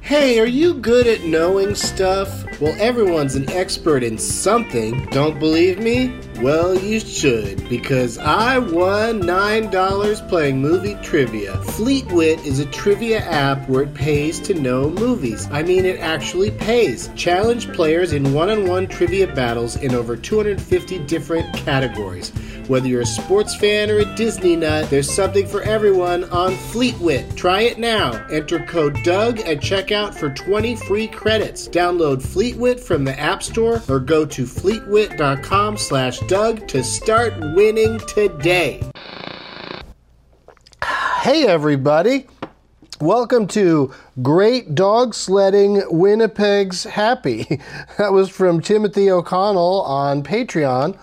Hey, are you good at knowing stuff? Well, everyone's an expert in something. Don't believe me? Well, you should, because I won $9 playing movie trivia. Fleetwit is a trivia app where it pays to know movies. I mean, it actually pays. Challenge players in one on one trivia battles in over 250 different categories. Whether you're a sports fan or a Disney nut, there's something for everyone on Fleetwit. Try it now. Enter code DOUG at checkout for 20 free credits. Download Fleetwit from the App Store or go to fleetwit.com slash Doug to start winning today. Hey, everybody. Welcome to Great Dog Sledding Winnipeg's Happy. That was from Timothy O'Connell on Patreon.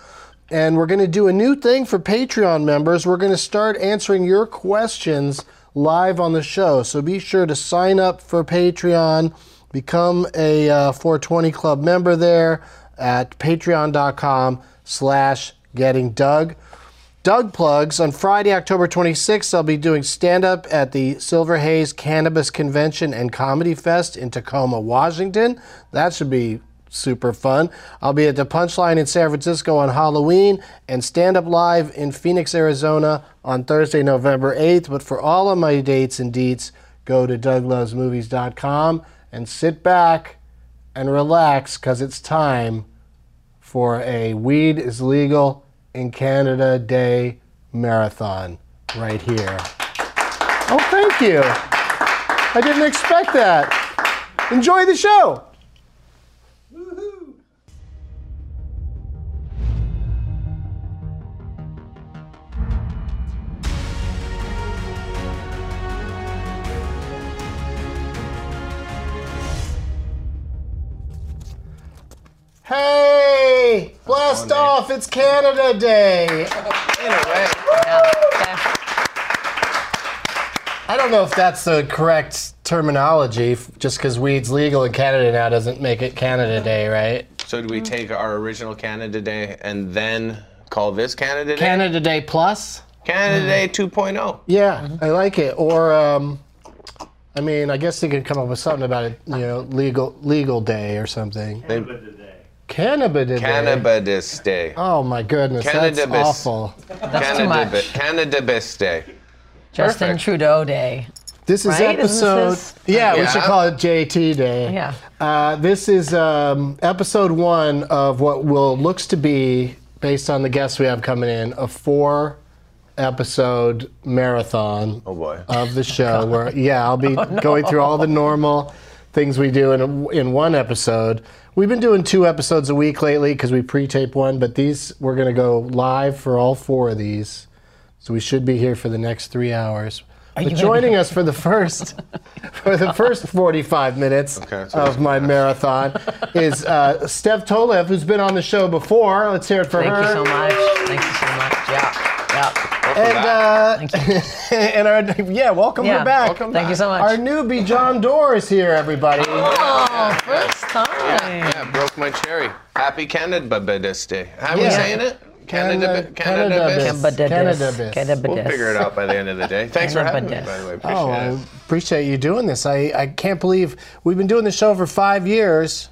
And we're going to do a new thing for Patreon members. We're going to start answering your questions live on the show. So be sure to sign up for Patreon, become a uh, 420 Club member there at patreon.com slash getting Doug. Doug plugs on Friday, October 26th. I'll be doing stand up at the Silver Haze Cannabis Convention and Comedy Fest in Tacoma, Washington. That should be super fun. I'll be at the Punchline in San Francisco on Halloween and stand up live in Phoenix, Arizona on Thursday, November 8th. But for all of my dates and deets, go to douglovesmovies.com and sit back and relax because it's time for a Weed is Legal in Canada Day marathon right here. Oh, thank you. I didn't expect that. Enjoy the show. Hey! Blast off! It's Canada Day! Yeah. I don't know if that's the correct terminology, f- just because weed's legal in Canada now doesn't make it Canada Day, right? So do Mm-hmm. we take our original Canada Day and then call this Canada Day? Canada Day Plus? Canada Day oh. 2.0. Mm-hmm. Yeah, I like it. Or, um, I mean, I guess they could come up with something about it, you know, legal legal day or something. Canada Day. Cannabis Day. Oh my goodness, that's Cannabis. awful. That's too much. Canada Cannabis Day. Justin Perfect. Trudeau Day. This is Right? Isn't this episode. his- yeah, we Yeah. should call it JT Day. Yeah. Uh, this is um, episode one of what will looks to be, based on the guests we have coming in, a four episode marathon Oh boy. of the show. where yeah, I'll be going through all the normal things we do in a, in one episode. We've been doing two episodes a week lately because we pre-tape one, but these we're gonna go live for all four of these. So we should be here for the next three hours. But you gonna joining us for the first for the first 45 minutes Okay, so of my marathon is uh, Steph Tolev, who's been on the show before. Let's hear it for Thank her. you so much. Thank you so much. Yeah. Yeah. Welcome And back. uh, Thank you. and our yeah, welcome Yeah. her back. Welcome Thank back. you so much. Our newbie John Doerr is here, everybody. Oh, first time. yeah, broke my cherry. Happy Cannabis Day. How are we Yeah. saying it? Canada Canada- Cannabis. Cannabis. Cannabis. Cannabis. We'll figure it out by the end of the day. Thanks for having me, Cannabis. by the way. Appreciate Oh, I it. appreciate you doing this. I, I can't believe we've been doing the show for five years.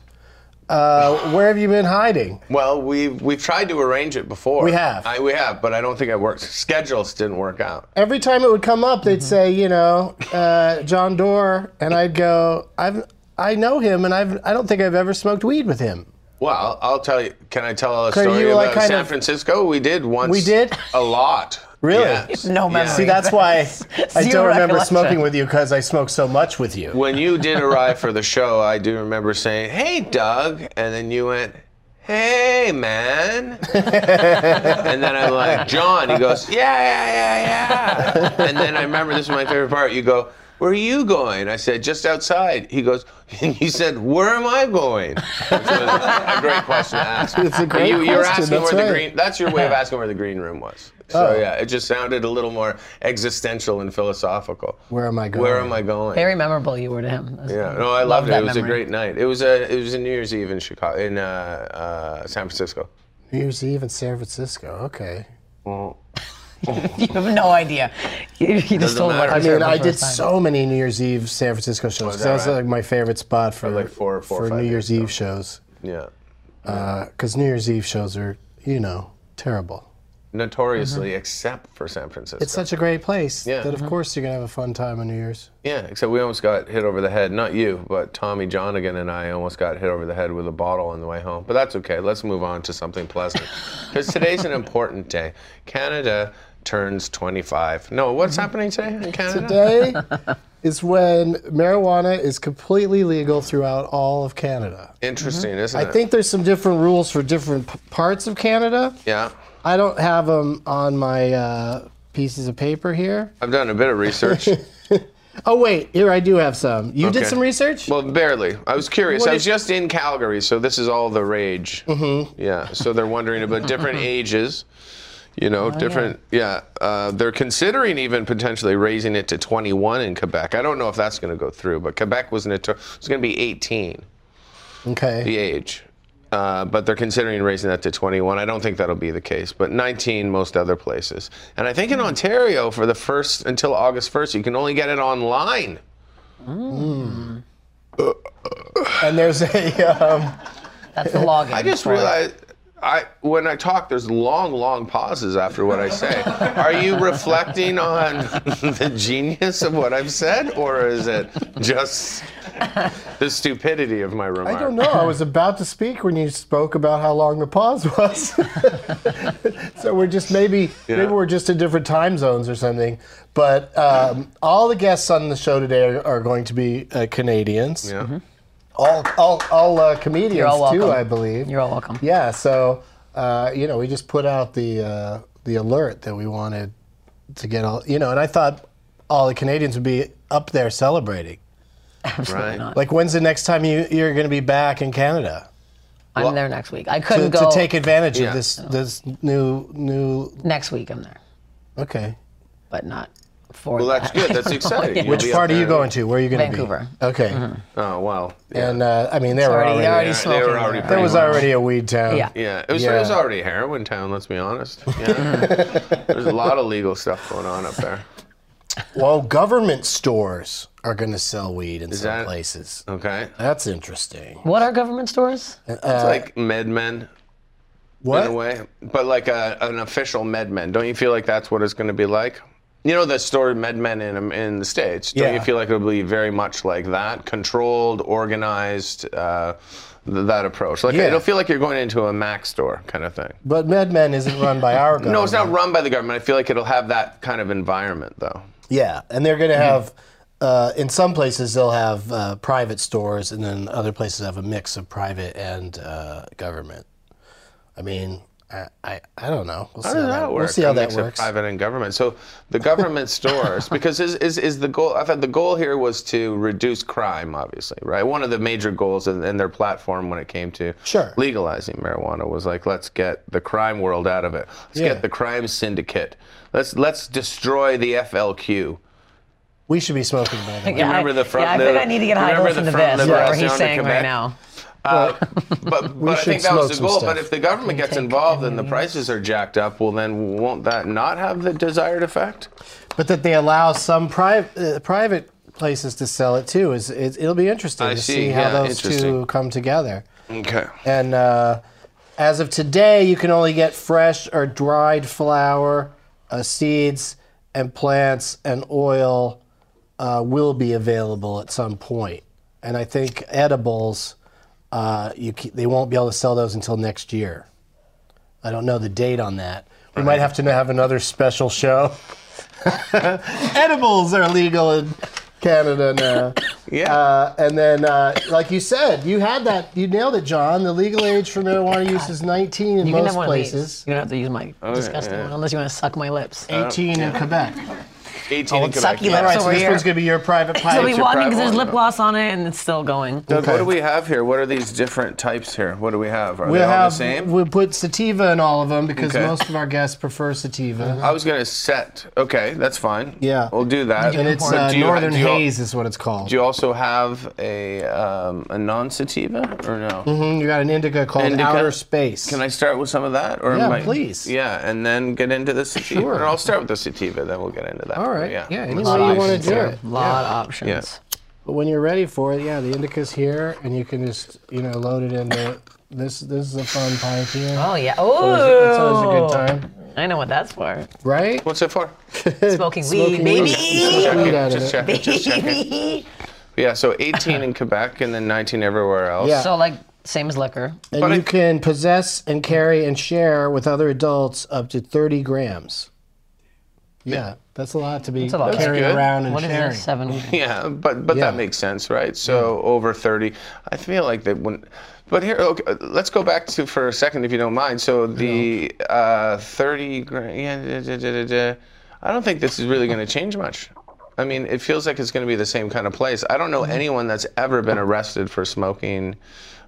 Uh, where have you been hiding? Well, we've we've tried to arrange it before. We have. I, we have, but I don't think it worked. Schedules didn't work out. Every time it would come up, they'd say, you know, uh, John Doerr, and I'd go, I've I know him, and I've I don't think I've ever smoked weed with him. Well, I'll tell you. Can I tell a So story you, like, about kind San of- Francisco? We did once. We did? a lot. Really? Yes. No memory. See, that's why I Zero don't remember recollection. smoking with you because I smoked so much with you. When you did arrive for the show, I do remember saying, "Hey, Doug," and then you went, "Hey, man," and then I'm like, "John." He goes, "Yeah, yeah, yeah, yeah," and then I remember this is my favorite part. You go. Where are you going? I said, just outside. He goes, and he said, where am I going? Which was a great question to ask. It's a But great Uh, you, You're question, asking that's where the right. Oh. green, that's your way of asking where the green room was. So yeah, it just sounded a little more existential and philosophical. Where am I going? Where am I going? Very memorable you were to him. Yeah, no, I loved it. that It was memory. a great night. It was a it was a New Year's Eve in Chicago in uh, uh, San Francisco. New Year's Eve in San Francisco. Okay. you have no idea. You, you just Doesn't told him matter. what it I was mean, for I the did first time. so many New Year's Eve San Francisco shows. Oh, is that that's right? like my favorite spot for like four- four or for five New years Year's Eve shows. Yeah. Because New Year's Eve shows are, you know, terrible. Notoriously, except for San Francisco. Mm-hmm. It's such a great place Yeah. that, of course, you're gonna have a fun time on New Year's. yeah, except we almost got hit over the head. Not you, but Tommy Johnigan and I almost got hit over the head with a bottle on the way home. But that's okay. Let's move on to something pleasant. Because today's an important day. Canada turns 25. No, what's happening today in Mm-hmm. Canada? Today is when marijuana is completely legal throughout all of Canada. Interesting, isn't Mm-hmm. I it? think there's some different rules for different p- parts of Canada. Yeah. I don't have them on my uh, pieces of paper here. I've done a bit of research. Oh wait, here I do have some. You did Okay. some research? well, barely. I was curious. What I was did- just in Calgary, so this is all the rage. Mm-hmm. Yeah. So they're wondering about different ages. You know, Oh, different. Yeah. Uh, they're considering even potentially raising it to 21 in Quebec. I don't know if that's going to go through, but Quebec was notor- it's going to be 18, okay. the age. Uh, but they're considering raising that to 21. I don't think that'll be the case, but 19 most other places. And I think in Ontario, for the first until August 1st, you can only get it online. And there's a um, That's the login. I just for it. realized I when I talk, there's long, long pauses after what I say. Are you reflecting on the genius of what I've said, or is it just the stupidity of my remark? I don't know. I was about to speak when you spoke about how long the pause was. so we're just maybe maybe we're just in different time zones or something. But um, all the guests on the show today are, are going to be uh, Canadians. Yeah. All all, all uh, comedians You're all welcome. too, I believe. You're all welcome. yeah. So uh, you know, we just put out the uh, the alert that we wanted to get all you know, and I thought all the Canadians would be up there celebrating. Absolutely Right. not. Like, when's the next time you, you're going to be back in Canada? I'm Well- there next week. I to, couldn't to go take advantage Yeah. of this this new new next week. I'm there, okay. but not for. Well, that's that. good. That's exciting. You'll Which be up part are you there. going to? Where are you going to be? Vancouver. Mm-hmm. Okay. Oh wow. Yeah. And uh, I mean, there were already- already, they're already Yeah, smoking They were already. there. there was already a weed town. Yeah. Yeah, it was, it Yeah. was already heroin town. Let's be honest. Yeah. There's a lot of legal stuff going on up there. Well, government stores are going to sell weed in some that- places. Okay, it's That's interesting. What are government stores? Uh, like MedMen. in a What? way, but like a, an official MedMen. Don't you feel like that's what it's going to be like? You know the store MedMen in in the states. Don't you Yeah. feel like it'll be very much like that, controlled, organized, uh, th- that approach? Like Yeah. it'll feel like you're going into a Mac store kind of thing. But MedMen isn't run by our government. No, it's not run by the government. I feel like it'll have that kind of environment though. Yeah, and they're Mm-hmm. going to have. Uh, in some places, they'll have uh, private stores, and then other places have a mix of private and uh, government. I mean, I, I, I don't know. We'll How see does that- that work? We'll see how A that mix of works. Private and government. So the government stores, because is, is, is the goal, I thought the goal here was to reduce crime, obviously, right? One of the major goals in, in their platform when it came to Sure. legalizing marijuana was like, let's get the crime world out of it. Let's Yeah. get the crime syndicate. Let's, let's destroy the FLQ. We should be smoking by the way. Yeah, remember I, the front Yeah, I lip- think I need to get high remember low from the the front best. lip Whatever restaurant he's in saying right Quebec? now. Uh, But, but I should think that was smoke the some goal. But stuff. if the government gets take involved and the prices are jacked up, well, then won't that not have the desired effect? but that they allow some private uh, private places to sell it too is it, it'll be interesting I to see, see, how yeah, those two interesting. come together. Okay. And uh, as of today, you can only get fresh or dried flour, uh, seeds, and plants, and oil uh, will be available at some point. And I think edibles, uh, you ca- they won't be able to sell those until next year. I don't know the date on that. We might have to have another special show. edibles are legal in Canada now. Yeah. Uh, and then, uh, like you said, you had that, you nailed it, John. The legal age for marijuana use is 19 in You can most have one of these. places, You don't have to use my disgusting Oh, Uh, yeah. one unless you want to suck my lips. 18 in Quebec. 18 in Oh, it's Quebec. succulent. yeah. All right, so over this here. one's gonna be your private So we pilot. your want private because there's one, lip though. gloss on it and it's still going. Doug, Okay. What do we have here? What are these different types here? What do we have? Are We'll they all have the same? we'll put sativa in all of them because Okay. most of our guests prefer sativa. Uh-huh. I was gonna set. Okay, that's fine. Yeah. we'll do that. And it's But uh, do you- Northern do you- Haze is what it's called. Do you also have a um, a non-sativa or no? Mhm, you got an indica called Indica? Outer Space. Can I start with some of that, or Yeah, am I- please. Yeah, and then get into the sativa. Sure. Or I'll start with the sativa, then we'll get into that. All right. Yeah. any Lot way you of want options to do here. it. Lot of options. But when you're ready for it, yeah, the indica's here, and you can just you know load it into this. This is a fun pipe here. Oh yeah. It's always a Oh. good time, I know what that's for. right? What's it for? Smoking, weed, Smoking baby. weed. Weed out of Just it. check it. Just check it. Baby. Yeah. So 18 in Quebec, and then 19 everywhere else. Yeah. So like same as liquor. And But you I- can possess and carry and share with other adults up to 30 grams. Yeah, that's a lot to be a lot. That's carrying good. around and What is sharing. this? Seven. Yeah, but but Yeah. that makes sense, right? So over 30, I feel like they wouldn't. But here, okay, uh, let's go back to for a second, if you don't mind. So the uh, 30 grand, yeah, da, da, da, da, da. I don't think this is really going to change much. I mean, it feels like it's going to be the same kind of place. I don't know Mm-hmm. anyone that's ever been arrested for smoking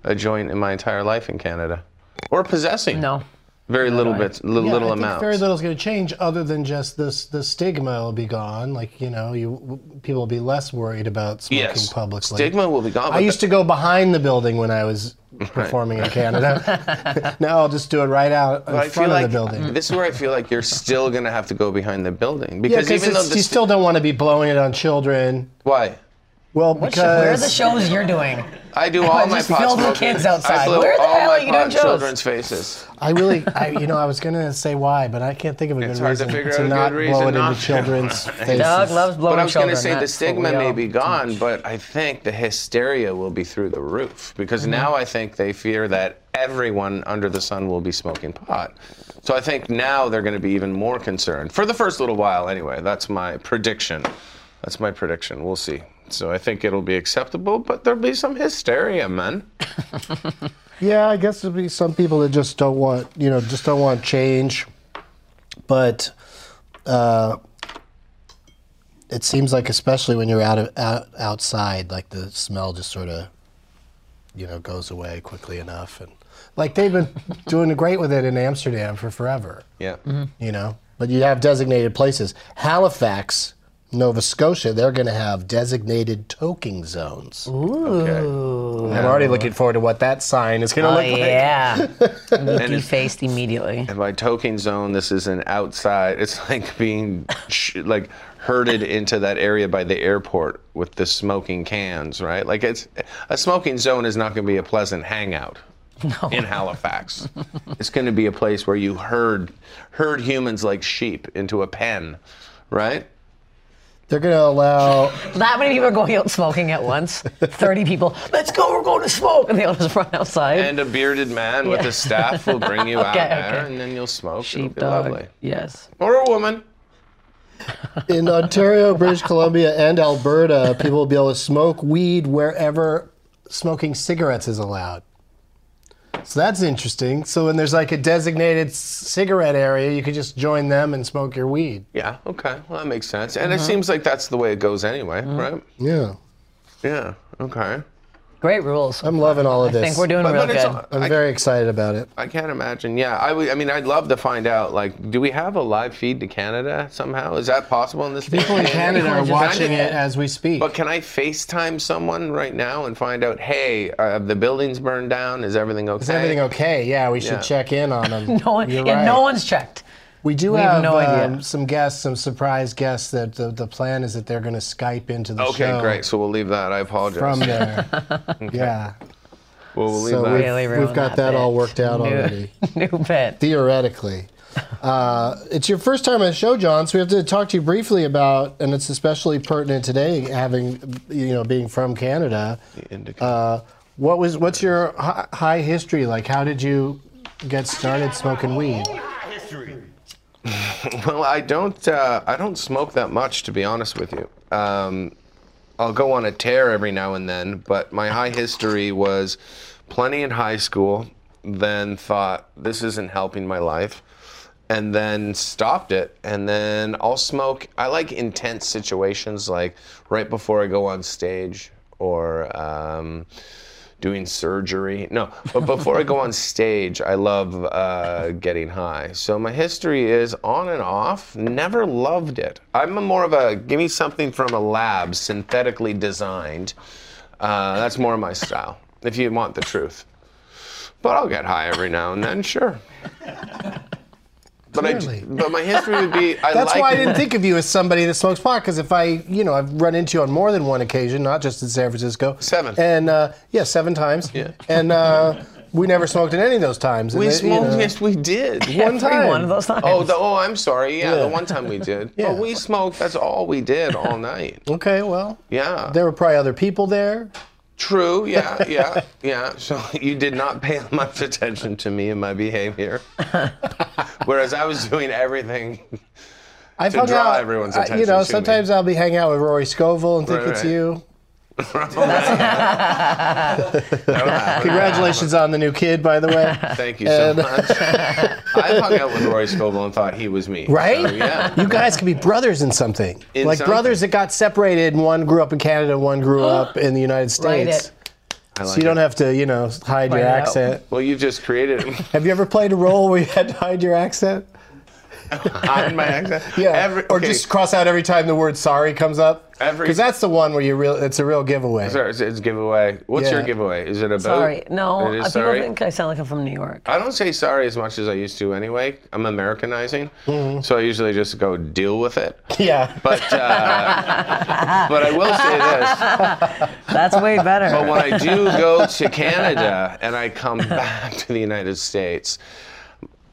a joint in my entire life in Canada, or possessing. No. very little bits, little, Yeah, little I think amounts. Very little is going to change, other than just this. The stigma will be gone. Like you know, you w- people will be less worried about smoking yes, publicly. stigma will be gone. I used to go behind the building when I was performing in Canada. now I'll just do it right out in But I feel front of like Mm. the building. this is where I feel like you're still gonna have to go behind the building Yeah, because because even though you this still don't want to be blowing it on children. why Well, What show, where are the because shows you're doing? I do all my just pot filled with smoking- kids outside. I blew Where the all hell my are you doing pot shows? children's faces. I really, I, you know, I was gonna say why, but I can't think of a good hard to reason figure out a good not reason blow it not into to. children's faces. Doug loves blowing but I was children. gonna say the That's what stigma we may all- be gone, but I think the hysteria will be through the roof because Mm-hmm. now I think they fear that everyone under the sun will be smoking pot. So I think now they're gonna be even more concerned for the first little while. Anyway, that's my prediction. That's my prediction. We'll see. So I think it'll be acceptable, but there'll be some hysteria, man. Yeah, I guess there'll be some people that just don't want, you know, just don't want change. But uh, it seems like, especially when you're out of out, outside, like the smell just sort of, you know, goes away quickly enough. And like they've been doing great with it in Amsterdam for forever, Yeah. Mm-hmm. you know. But you have designated places. Halifax, Nova Scotia, they're going to have designated toking zones. Okay. I'm already looking forward to what that sign is going to Oh look like. yeah. And it's- Defaced immediately. And by toking zone, this is an outside. It's like being sh- like herded into that area by the airport with the smoking cans, right? Like it's a smoking zone is not going to be a pleasant hangout in Halifax. it's going to be a place where you herd herd humans like sheep into a pen, right? They're going to allow That many people are going out smoking at once. 30 people. Let's go, we're going to smoke. And they all just run outside. And a bearded man with a staff will bring you out Okay, there, okay. and then you'll smoke. It'll be Sheepdog. lovely. Yes. Or a woman. in Ontario, British Columbia, and Alberta, people will be able to smoke weed wherever smoking cigarettes is allowed. So that's interesting. So when there's like a designated c- cigarette area, you could just join them and smoke your weed. Yeah. Okay. Well, that makes sense. And Mm-hmm. it seems like that's the way it goes anyway, right? Yeah. Yeah. Okay. Great rules. I'm loving all of I this. think we're doing But- real but it's good. all- I'm I- very excited about it. I can't imagine. Yeah, I would- I mean, I'd love to find out. Like, do we have a live feed to Canada somehow? Is that possible in this? day People in and age? Canada are Can I- watching it as we speak. But can I FaceTime someone right now and find out? Hey, uh, have the building's burned down. Is everything okay? Is everything okay? Yeah, we should Yeah. check in on them. No, one, You're yeah, right. no one's checked. We do We have, have no idea. um, some guests, some surprise guests. That the, the plan is that they're going to Skype into the Okay, show. great. So we'll leave that. I apologize. From there, yeah. well, we'll leave So that. we've, Really we've ruined got that, that all bit. worked out New- already, New pet. theoretically. Uh, it's your first time on the show, John, so we have to talk to you briefly about, and it's especially pertinent today, having you know being from Canada. Indica. Uh, what was what's your hi- high history like? How did you get started smoking weed? Well, I don't. Uh, I don't smoke that much, to be honest with you. Um, I'll go on a tear every now and then, but my high history was plenty in high school. Then thought this isn't helping my life, and then stopped it. And then I'll smoke. I like intense situations, like right before I go on stage or um, doing surgery. No, but before I go on stage, I love uh, getting high. So my history is on and off. Never loved it. I'm a more of a give me something from a lab, synthetically designed. Uh, that's more my style. If you want the truth. But I'll get high every now and then, sure. But, I, Clearly. but my history would be I That's like why I didn't think of you as somebody that smokes pot because if I, you know, I've run into you on more than one occasion, not just in San Francisco. Seven. And uh, yeah, seven times. Yeah. And uh, we never smoked at any of those times. And we it- you smoked. know, Yes, we did. One Every time. one of those times. Oh, the, oh, I'm sorry. Yeah, Yeah. the one time we did. Yeah. But we smoked. That's all we did all night. Okay, well, Yeah. there were probably other people there. True. Yeah. Yeah. Yeah. So you did not pay much attention to me and my behavior, whereas I was doing everything. I've To hung draw out- everyone's I- You attention know, to me. sometimes I'll be hanging out with Rory Scovel and think Right, it's right. you. Congratulations. Congratulations on the new kid, by the way. Thank you so And- much. I hung out with Roy Scovel and thought he was me. Right? So, Oh, yeah. You guys could be brothers in something. In like something. brothers that got separated and one grew up in Canada and one grew up in the United Write States. it. I So like you don't it. have to, you know, hide Write your it out. accent. Well, you've just created Have you ever played a role where you had to hide your accent? on my accent. Every- or okay. just cross out every time the word sorry comes up. Every- Because that's the one where you real. It's a real giveaway. Sorry, it's, it's giveaway. What's Yeah. your giveaway? Is it a boat? Sorry. No, It uh, is people sorry. think I sound like I'm from New York. I don't say sorry as much as I used to anyway. I'm Americanizing, so I usually just go deal with it. Yeah. But uh, but I will say this: That's way better. but when I do go to Canada and I come back to the United States,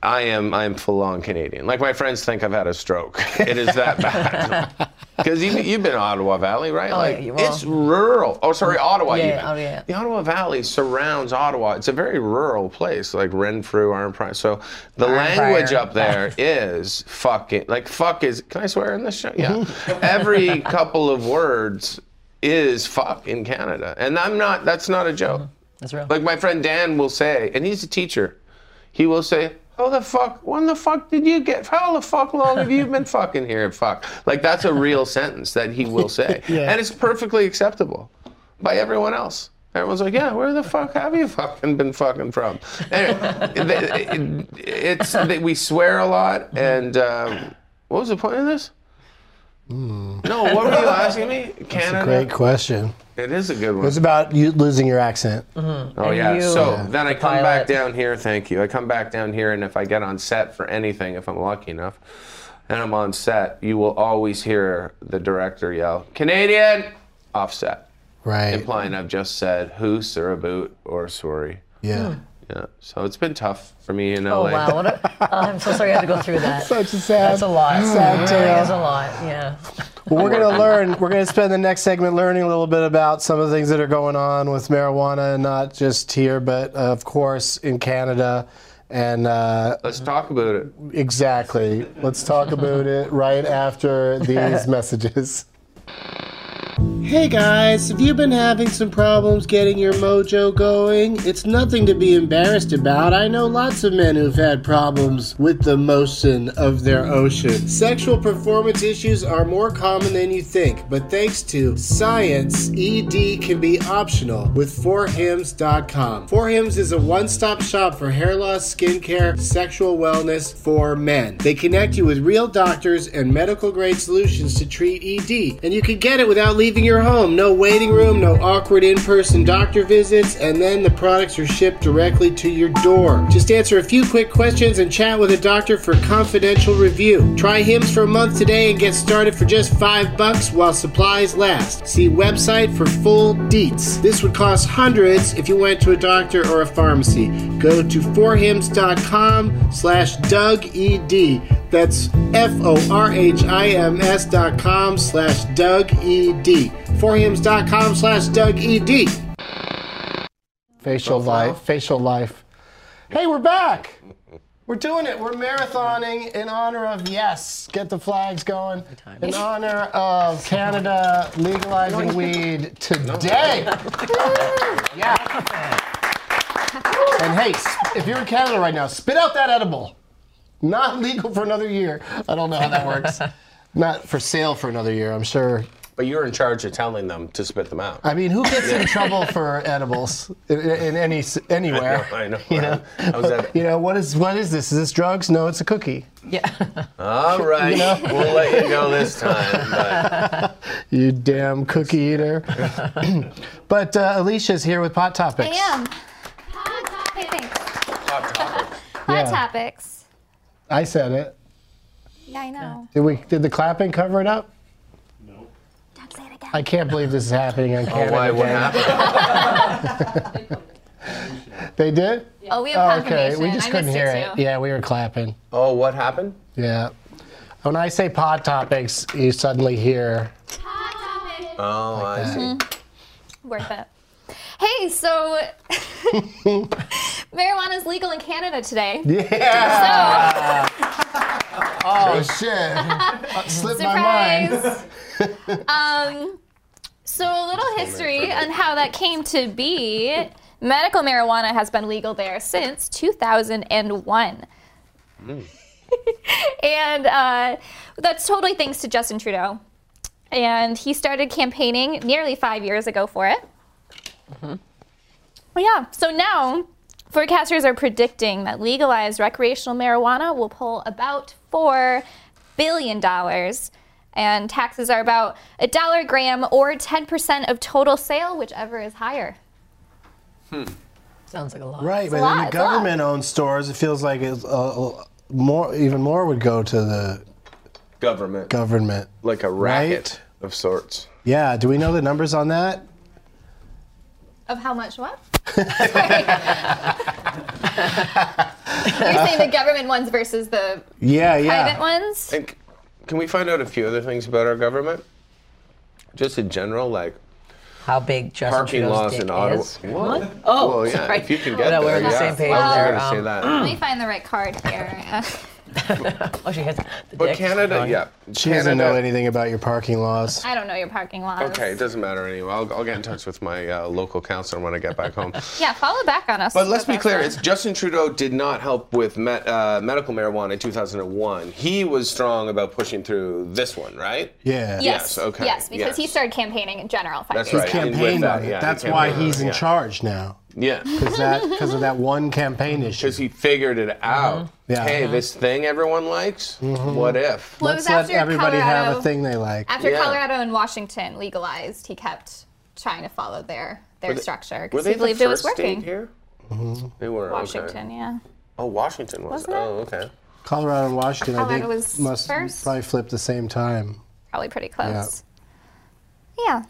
I am I'm full on Canadian. Like my friends think I've had a stroke. It is that bad. Because you, you've been to Ottawa Valley, right? Oh, like yeah, well- it's rural. Oh, sorry, Ottawa. Yeah, even. oh, yeah. The Ottawa Valley surrounds Ottawa. It's a very rural place, like Renfrew, Arnprior. So the Arnprior. language up there is fucking like fuck is. Can I swear in this show? Yeah. Mm-hmm. Every couple of words is fuck in Canada, and I'm not. That's not a joke. Mm-hmm. That's real. Like my friend Dan will say, and he's a teacher, he will say, How the fuck, when the fuck did you get, how the fuck long have you been fucking here? Fuck. Like that's a real sentence that he will say. Yeah. And it's perfectly acceptable by everyone else. Everyone's like, yeah, where the fuck have you fucking been fucking from? Anyway, it- it- it's that we swear a lot, and um, what was the point of this? No, what were you asking me? Canada. Great question. It is a good one. It's about you losing your accent. Mm-hmm. Oh And yeah. you- so Yeah. then I the come back pilot. down here. Thank you. I come back down here, and if I get on set for anything, if I'm lucky enough, and I'm on set, you will always hear the director yell, "Canadian!" Offset, Right. implying I've just said "hoos" or "a boot" or "sorry." Yeah. Hmm. Yeah. So it's been tough for me in oh LA. wow. What a, I'm so sorry I had to go through that. Such a sad. That's a lot. Sad It really tale. is a lot. Yeah. Well, we're going to learn. We're going to spend the next segment learning a little bit about some of the things that are going on with marijuana, and not just here, but uh, of course in Canada. And uh, Let's talk about it. exactly, let's talk about it right after these messages. Hey guys, if you've been having some problems getting your mojo going, it's nothing to be embarrassed about. I know lots of men who've had problems with the motion of their ocean. Sexual performance issues are more common than you think, but thanks to science, ED can be optional with 4hims.com. 4hims is a one-stop shop for hair loss, skincare, sexual wellness for men. They connect you with real doctors and medical grade solutions to treat ED, and you can get it without leaving your home. No waiting room, no awkward in person doctor visits, and then the products are shipped directly to your door. Just answer a few quick questions and chat with a doctor for confidential review. Try HIMS for a month today and get started for just five bucks while supplies last. See website for full deets. This would cost hundreds if you went to a doctor or a pharmacy. Go to forhims.com slash DougED. That's F-O-R-H-I-M-S dot com slash Doug E-D. Forhims dot com slash Doug E E-D. Facial life. Facial life. Hey, we're back. We're doing it. We're marathoning in honor of yes. Get the flags going. In honor of Canada legalizing weed today. Yeah. And hey, sp- if you're in Canada right now, spit out that edible. Not legal for another year. I don't know how that works. Not for sale for another year, I'm sure. But you're in charge of telling them to spit them out. I mean, who gets in trouble for edibles in, in any s- anywhere? I know, You right? know, I was at- you know what is what is this? Is this drugs? No, it's a cookie. Yeah. All right, we'll let you go this time. But You damn cookie eater. but uh, Alicia's here with Pot Topics. I am. Hot topic. Thanks. hot topic. Hot Yeah. topics. I said it. Yeah, I know. Did we? Did the clapping cover it up? Don't say it again. I can't believe this is happening on Oh, camera. why? What happened? They did? oh, we have Oh, confirmation. okay. We just I couldn't missed hear it, it. too. Yeah, we were clapping. Oh, what happened? Yeah. When I say pod topics, you suddenly hear. Hot topic. Oh, I see. Worth it. Hey, so marijuana is legal in Canada today. Yeah. So, Oh shit. slipped surprise. um, so a little history on how that came to be. Medical marijuana has been legal there since 2001. and uh, that's totally thanks to Justin Trudeau. And he started campaigning nearly five years ago for it. Well, yeah, so now forecasters are predicting that legalized recreational marijuana will pull about $4 billion. And taxes are about a dollar a gram or 10% of total sale, whichever is higher. Sounds like a lot. Right, but lot, then the it's a lot. government owns stores. It feels like it's uh, more, even more would go to the Government, government. like a racket of sorts. Yeah. Do we know the numbers on that? Of how much what? Sorry. You're saying the government ones versus the Yeah. private Yeah. ones? And c- can we find out a few other things about our government? Just in general, like How big Justin parking Trudeau's laws dick in Ottawa. is? What? Oh, Well, yeah, sorry. if you can Oh, get no, there, we're on the yeah. same page I was there. going Um, to say Let that. me find the right card here. Oh, she has the But dick. Canada, Sorry. yeah. She doesn't know anything about your parking laws. I don't know your parking lot. Okay, it doesn't matter anyway. I'll, I'll get in touch with my uh, local counselor when I get back home. Yeah, follow back on us. But let's be That's clear: fine. it's Justin Trudeau did not help with me- uh, medical marijuana in 2001. He was strong about pushing through this one, right? Yeah. Yes. Yes, okay, Yes, because he yes. started campaigning in general. Five That's years right. ago. Campaigned that, on it. yeah, he That's why campaigned on he's it, in yeah. charge now. Yeah, Is that because of that one campaign issue? because he figured it out. Yeah. Hey, this thing everyone likes. What if? Well, it Let's was let after everybody Colorado, have a thing they like. After Yeah. Colorado and Washington legalized, he kept trying to follow their their they- structure Were because they he the believed it was first working. state here? They were okay. Washington, yeah. Oh, Washington was. Wasn't it? oh, okay. Colorado and Washington, I think, Colorado was must first. probably flip the same time. Probably pretty close. Yeah.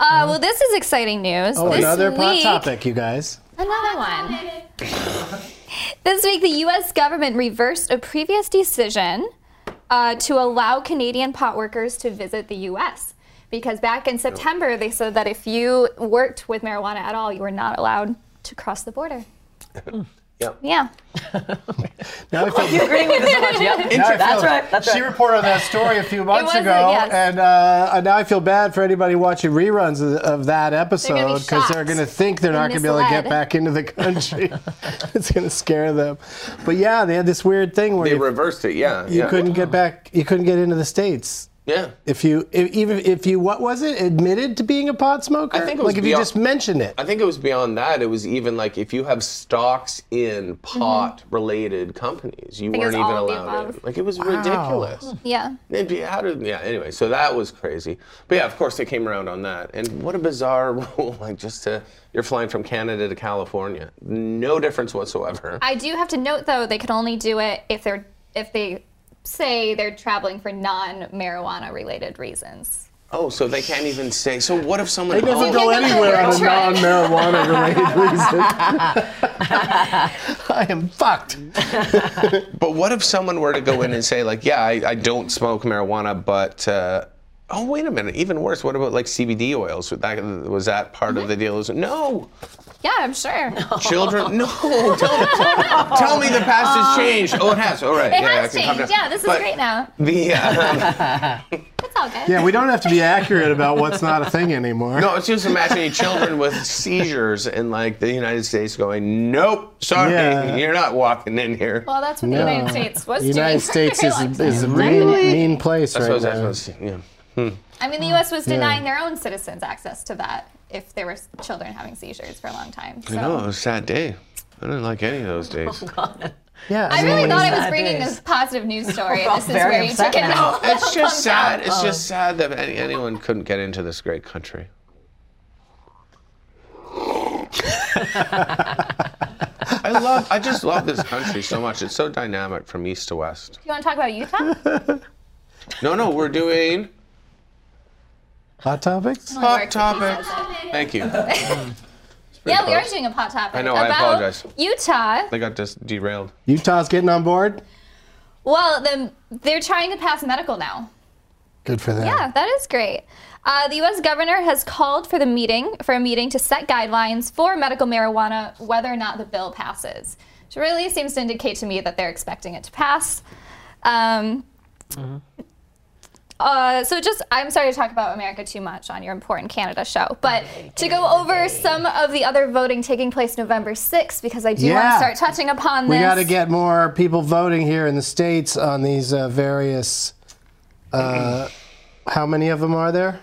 Uh, well, this is exciting news. Uh-huh. Oh, this another week, pot topic, you guys. Another one. this week, the U.S. government reversed a previous decision uh, to allow Canadian pot workers to visit the U.S. Because back in September, they said that if you worked with marijuana at all, you were not allowed to cross the border. Yeah. Yeah. Now I feel- You agree with us so much, yeah. now I feel- That's right, that's She right. reported on that story a few months wasn't, ago, yes. and uh, and now I feel bad for anybody watching reruns of, of that gonna be episode because they're shocked going to think they're not and going to be able to get misled. back into the country. it's going to scare them. But yeah, they had this weird thing where They you, reversed it. Yeah. you yeah. couldn't get back. You couldn't get into the states. Yeah. If you, if, even if you, what was it? Admitted to being a pot smoker? I think it was like if you beyond- just mentioned it. I think it was beyond that. It was even like if you have stocks in pot related companies, you think it weren't was even all of the allowed in. above. Like it was ridiculous. Yeah. It'd be- how did- yeah, anyway, so that was crazy. But yeah, of course they came around on that. And what a bizarre rule, like just to, you're flying from Canada to California. No difference whatsoever. I do have to note though, they could only do it if they're if they say they're traveling for non-marijuana related reasons. oh, so they can't even say, so what if someone It doesn't owns- go Taking a anywhere on a picture. non-marijuana related reason. I am fucked. But what if someone were to go in and say, like, yeah, I, I don't smoke marijuana, but uh, oh, wait a minute, even worse. What about like CBD oils? Was that, was that part of the deal? Is it- No, Yeah, I'm sure. children, no. Tell, tell me the past has changed. Oh, Um, it has. All right. It yeah, I has can calm changed. down. Yeah, this is But great now. The uh, That's all good. Yeah, we don't have to be accurate about what's not a thing anymore. No, it's just imagining children with seizures in like the United States going, nope, sorry, Yeah. you're not walking in here. Well, that's what No. the United States was The United doing. States for a long is, time. is a mean, mean place I right suppose now. that's what's- yeah. I mean, the U.S. was denying their own citizens access to that if there were s- children having seizures for a long time. So. I know, it was a sad day. I didn't like any of those days. Yeah, I really thought I was sad bringing days. this positive news story, all and this is very where you upset took it now. out. It's just sad. It's just Oh. sad that any, anyone couldn't get into this great country. I love. I just love this country so much. It's so dynamic from east to west. You want to talk about Utah? No, no, we're doing hot topics. hot topics. Thank you. Yeah, we are close. doing a hot topic. I know, I About apologize. Utah. I got just derailed. Utah's getting on board. Well, then they're trying to pass medical now. Good for them. Yeah, that is great. Uh, the U.S. governor has called for the meeting for a meeting to set guidelines for medical marijuana, whether or not the bill passes. Which really seems to indicate to me that they're expecting it to pass. Um, Mm-hmm. uh, so just, I'm sorry to talk about America too much on your important Canada show, but to go over some of the other voting taking place November 6th, because I do Yeah. want to start touching upon We this. got to get more people voting here in the states on these uh, various. Uh, how many of them are there?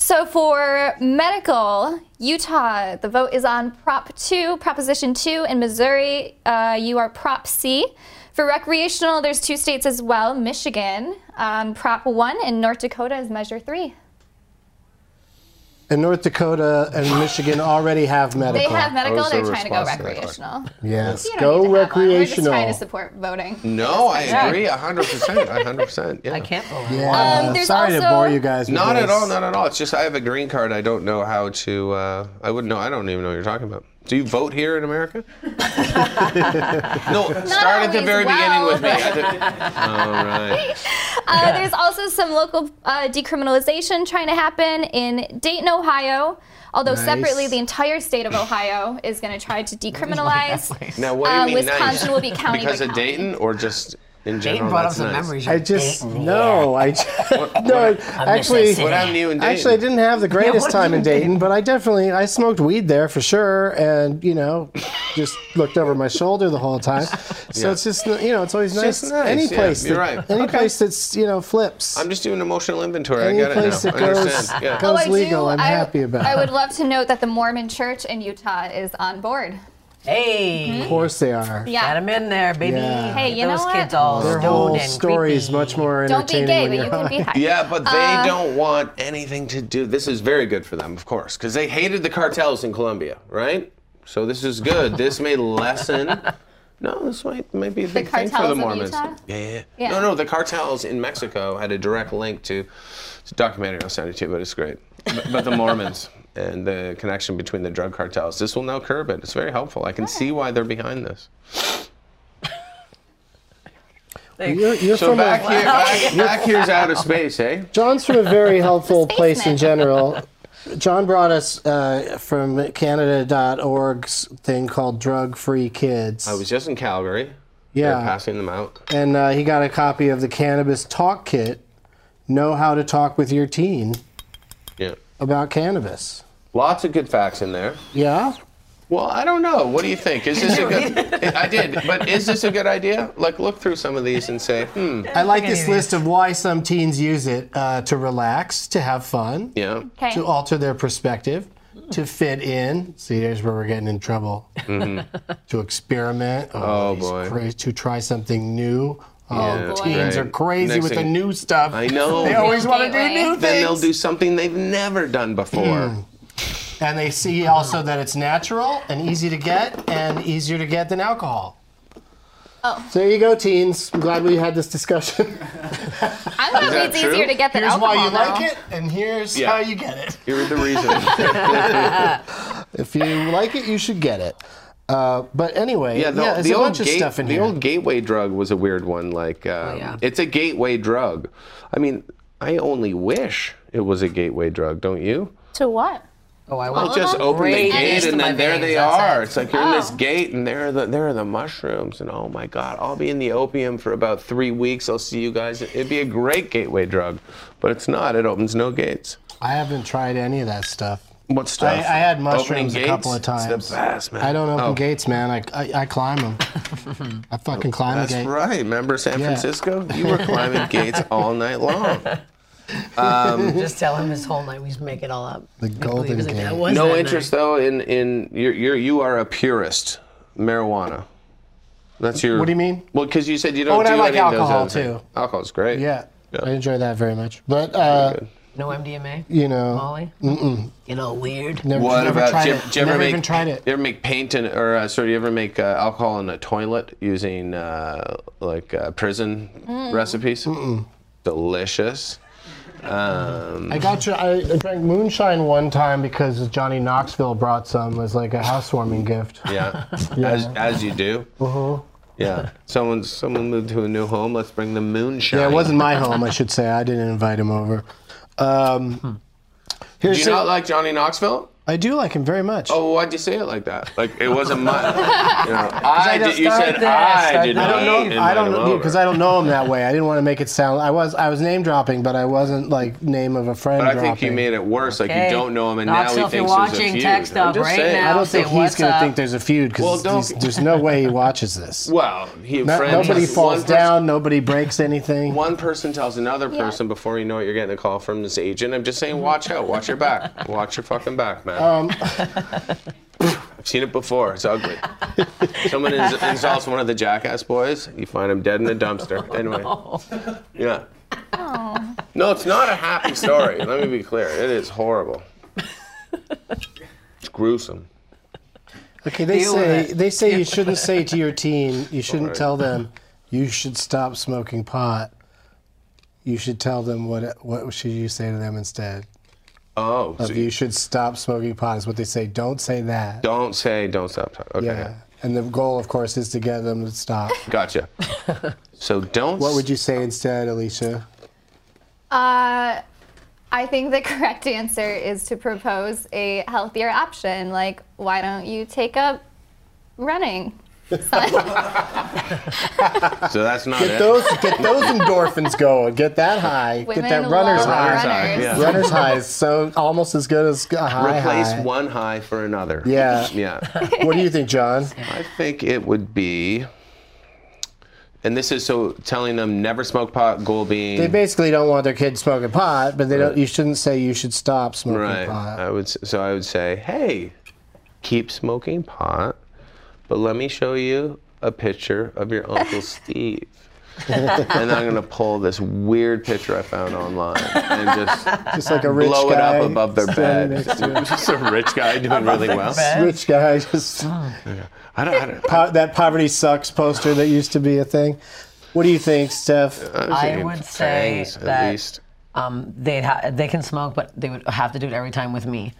So for medical, Utah, the vote is on Prop 2, Proposition 2. In Missouri, uh, you are Prop C. For recreational, there's two states as well Michigan on Prop 1, and North Dakota is Measure 3. And North Dakota and Michigan already have They medical. have medical, was they're the trying to go response to that recreational. Yes, You go don't need to have one. We're just trying recreational. to support voting. No, I agree, hundred percent, hundred percent. Yeah. I can't believe it. Yeah, Um, there's sorry to also- bore you guys. with Not at this. all. Not at all. It's just I have a green card. I don't know how to. Uh, I wouldn't know. I don't even know what you're talking about. Do you vote here in America? no. start at the always very beginning well, with me. I think- all right. Uh, there's also some local uh, decriminalization trying to happen in Dayton, Ohio. Although Nice. separately, the entire state of Ohio is going to try to decriminalize. Now what do you Uh, mean Wisconsin nice? will be county by because of county. Dayton or just in general. Dayton brought up that's some nice. memories. I of just Eh, Dayton, no. yeah. I j- no. Actually, Mississippi. What happened to you in Dayton? Actually, I didn't have the greatest what time in did you Dayton, but I definitely I smoked weed there for sure, and you know, just looked over my shoulder the whole time. So Yeah. it's just you know, it's always nice. just nice, Any yeah, place, you're that- right. any place that's you know flips. I'm just doing emotional inventory. Any I got place it that now. I goes- understand. Yeah. goes- legal, I'm Oh, I- happy about I it. would love to note that the Mormon Church in Utah is on board. Hey, of course they are. got Yeah. him in there, baby. Hmm? Yeah. Hey, you Those know kids what? all Their stoned whole and story is creepy. much more Don't be entertaining. gay, when but you're you can be high. Yeah, but they Uh, don't want anything to do. This is very good for them, of course, because they hated the cartels in Colombia, right? So this is good. this may lessen. No, this might might be a big thing for cartels the of Mormons. Utah? Yeah, yeah, Yeah. No, no, the cartels in Mexico had a direct link to it's a documentary I'll send it to you, but it's great. But, but the Mormons and the connection between the drug cartels. This will now curb it. It's very helpful. I can see why they're behind this. You're, you're So from back a, here, back, back here's out of space, eh? John's from a very helpful place in basement. general. John brought us uh, from Canada.org's thing called Drug Free Kids. I was just in Calgary. They're yeah, passing them out. and uh, he got a copy of the Cannabis Talk Kit. Know how to talk with your teen Yeah. about cannabis. Lots of good facts in there. Yeah, Well, I don't know. What do you think? Is this a good? I did, but is this a good idea? Like, look through some of these and say, hmm, I like this any of list of why some teens use it uh, to relax, to have fun, yeah, Okay. to alter their perspective, to fit in. See, there's where we're getting in trouble. to experiment. Mm-hmm. Oh, these boy. cra- to try something new. Yeah, oh, boy. teens are right. crazy Next with the thing- new stuff. I know. They always want to do Gateway. new then they'll things. do something they've never done Hmm. before. and they see also that it's natural and easy to get and easier to get than alcohol. Oh. So there you go, teens. I'm glad we had this discussion. I'm going to that read it's true? easier to get than Here's alcohol. why you though. like it, and here's Yeah. how you get it. Here are the reasons. If you like it, you should get it. Uh, but anyway, yeah, the, there's the a old bunch of gate- stuff in the here. old gateway drug was a weird one. Like, um, yeah. it's a gateway drug. I mean, I only wish it was a gateway drug, don't you? To what? Oh, I You will. just open the Great gate taste in and my then there they veins outside. are. It's like you're in this Oh. gate and there are the there are the mushrooms and oh my god, I'll be in the opium for about three weeks. I'll see you guys. It'd be a great gateway drug, but it's not. It opens no gates. I haven't tried any of that stuff. What stuff? I had Opening mushrooms a couple gates? of It's times. the best, man. I don't open Oh, gates, man. I, I, I climb them. I fucking climb That's a gate. right. Remember San Yeah. Francisco? You were climbing gates all night long. Just tell him this whole night we make it all up. The We believe Golden it's like, Gate. that was No that interest night. though in in you're, you're you are a purist marijuana. That's your. What do you mean? Oh, Well, because you said you don't. and do I like any of those alcohol, other things. too. Alcohol's great. Yeah, I enjoy that very much. But uh, good. No MDMA. you know, Molly. Mm-mm. You know, weird. never, What never about? tried Do you, it. do you ever never make, even tried it. You ever make paint in, or uh, sorry, you ever make uh, alcohol in a toilet using uh, like uh, prison Mm. recipes? Delicious. Um, I got you. I drank moonshine one time because Johnny Knoxville brought some as like a housewarming gift. yeah. As as you do. Uh-huh. Yeah. Someone someone moved to a new home. Let's bring the moonshine. Yeah, it wasn't my home, I should say. I didn't invite him over. Um, here's Do you not some- like Johnny Knoxville? I do like him very much. Oh, why'd you say it like that? Like it wasn't my. You know, I, don't did, you start said there, I start did there. I not. don't know. I don't know because I don't know him that way. I didn't want to make it sound. I was I was name dropping, but I wasn't like name of a friend. But I dropping. think you made it worse. Like Okay. you don't know him, and now Knoxville, he if thinks you're there's a watching, feud. text I'm up just right saying. I now. don't Say, think he's "What's going to up?" think there's a feud because Well, don't- there's no way he watches this. Well, he No- friends. nobody falls one pers- down. Nobody breaks anything. One person tells another person before you know it, you're getting a call from this agent. I'm just saying, watch out, watch your back, watch your fucking back, man. Um, I've seen it before. It's ugly. Someone ins- insults one of the Jackass boys, you find him dead in a dumpster. Anyway, Oh. yeah. No, it's not a happy story. Let me be clear. It is horrible. It's gruesome. Okay, they Deal with say it. they say you shouldn't say to your teen. You shouldn't tell them you should stop smoking pot. You should tell them what what should you say to them instead? Oh, so Of you should stop smoking pot is what they say. Don't say that. don't say, don't stop. talking. Okay, Yeah. And the goal, of course, is to get them to stop. gotcha. So don't. What would you say instead, Alicia? Uh, I think the correct answer is to propose a healthier option. Like, why don't you take up running? son? So that's not it. Get those, get those endorphins going. Get that high. get that Women runner's love high. runners. Yeah. Runner's high is so almost as good as a high. Replace high. one high for another. Yeah. Yeah. What do you think, John? I think it would be. And this is so telling them never smoke pot, gold bean. They basically don't want their kids smoking pot, but they don't. You shouldn't say you should stop smoking right. pot. I would s- so I would say, hey, keep smoking pot, but let me show you a picture of your uncle Steve. and I'm gonna pull this weird picture I found online and just Just like a rich blow it guy up above their standing next bed. to just a rich guy doing really well. a Rich guy, just I don't. I don't po- that poverty sucks poster that used to be a thing. What do you think, Steph? was I thinking would say fangs, that- at least. Um, they ha- they can smoke, but they would have to do it every time with me.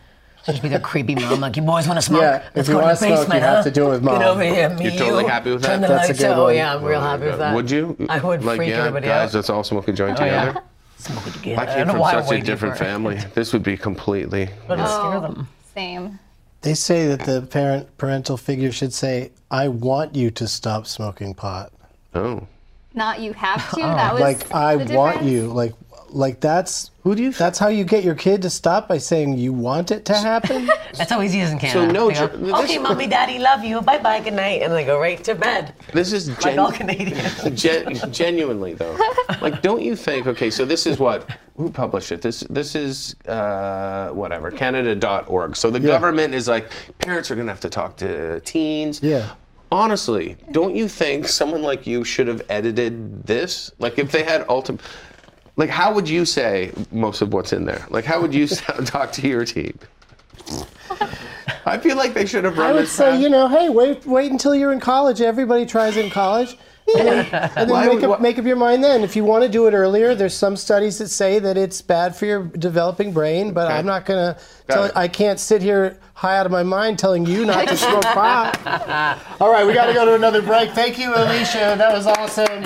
So just be their creepy mom, like you boys want to smoke. Yeah, if Let's you go wanna to the smoke, you basement, have huh? to do it with mom." Get over here, me, You're totally you. happy with Turn that? the That's a lights good out. Oh one. yeah, I'm real happy with that. Would you? I would like, freak yeah, everybody guys, out. Oh, let's all smoke a joint yeah. together. Smoke it together. I don't came know from why I such a waited different for it. family. This would be completely. But it'll Oh, scare them. Same. They say that the parent parental figure should say, "I want you to stop smoking pot." Oh, Not you have to. That was Uh, Like I the want difference. you. Like like that's who do you? That's how you get your kid to stop by saying you want it to happen. That's how easy it is in Canada. no They go, ju- this- okay, mommy, daddy, love you. Bye bye, good night, and they go right to bed. this is Like all gen- Canadians. gen- genuinely though. Like, don't you think? Okay, so this is what who published it? This this is uh, whatever Canada.org. So the government is like parents are gonna have to talk to teens. yeah. Honestly, don't you think someone like you should have edited this? Like, if they had ultimate. Like, how would you say most of what's in there? Like, how would you sound, talk to your team? I feel like they should have run I would this say, past- you know, hey, wait, wait until you're in college. Everybody tries in college. And then, and then Why make, would- up, why- make up your mind then. If you want to do it earlier, there's some studies that say that it's bad for your developing brain, but Okay. I'm not going to Got tell it. I can't sit here high out of my mind telling you not to smoke pot. All right, we got to go to another break. Thank you, Alicia. That was awesome.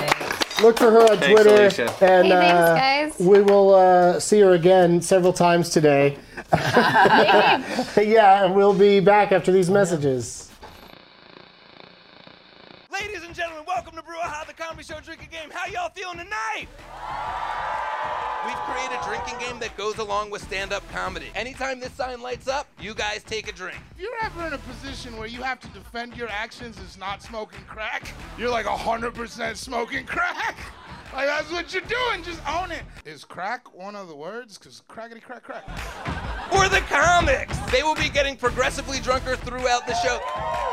Look for her on Thanks, Twitter. Alicia. And Hey, thanks, uh, guys. we will uh, see her again several times today. yeah, and we'll be back after these messages. Ladies and gentlemen, welcome to Brewer High, the comedy show drinking game. How y'all feeling tonight? We've created a drinking game that goes along with stand-up comedy. Anytime this sign lights up, you guys take a drink. If you're ever in a position where you have to defend your actions as not smoking crack, you're like 100% smoking crack. Like, that's what you're doing. Just own it. Is crack one of the words? Because crackety crack crack. We're the comics! They will be getting progressively drunker throughout the show.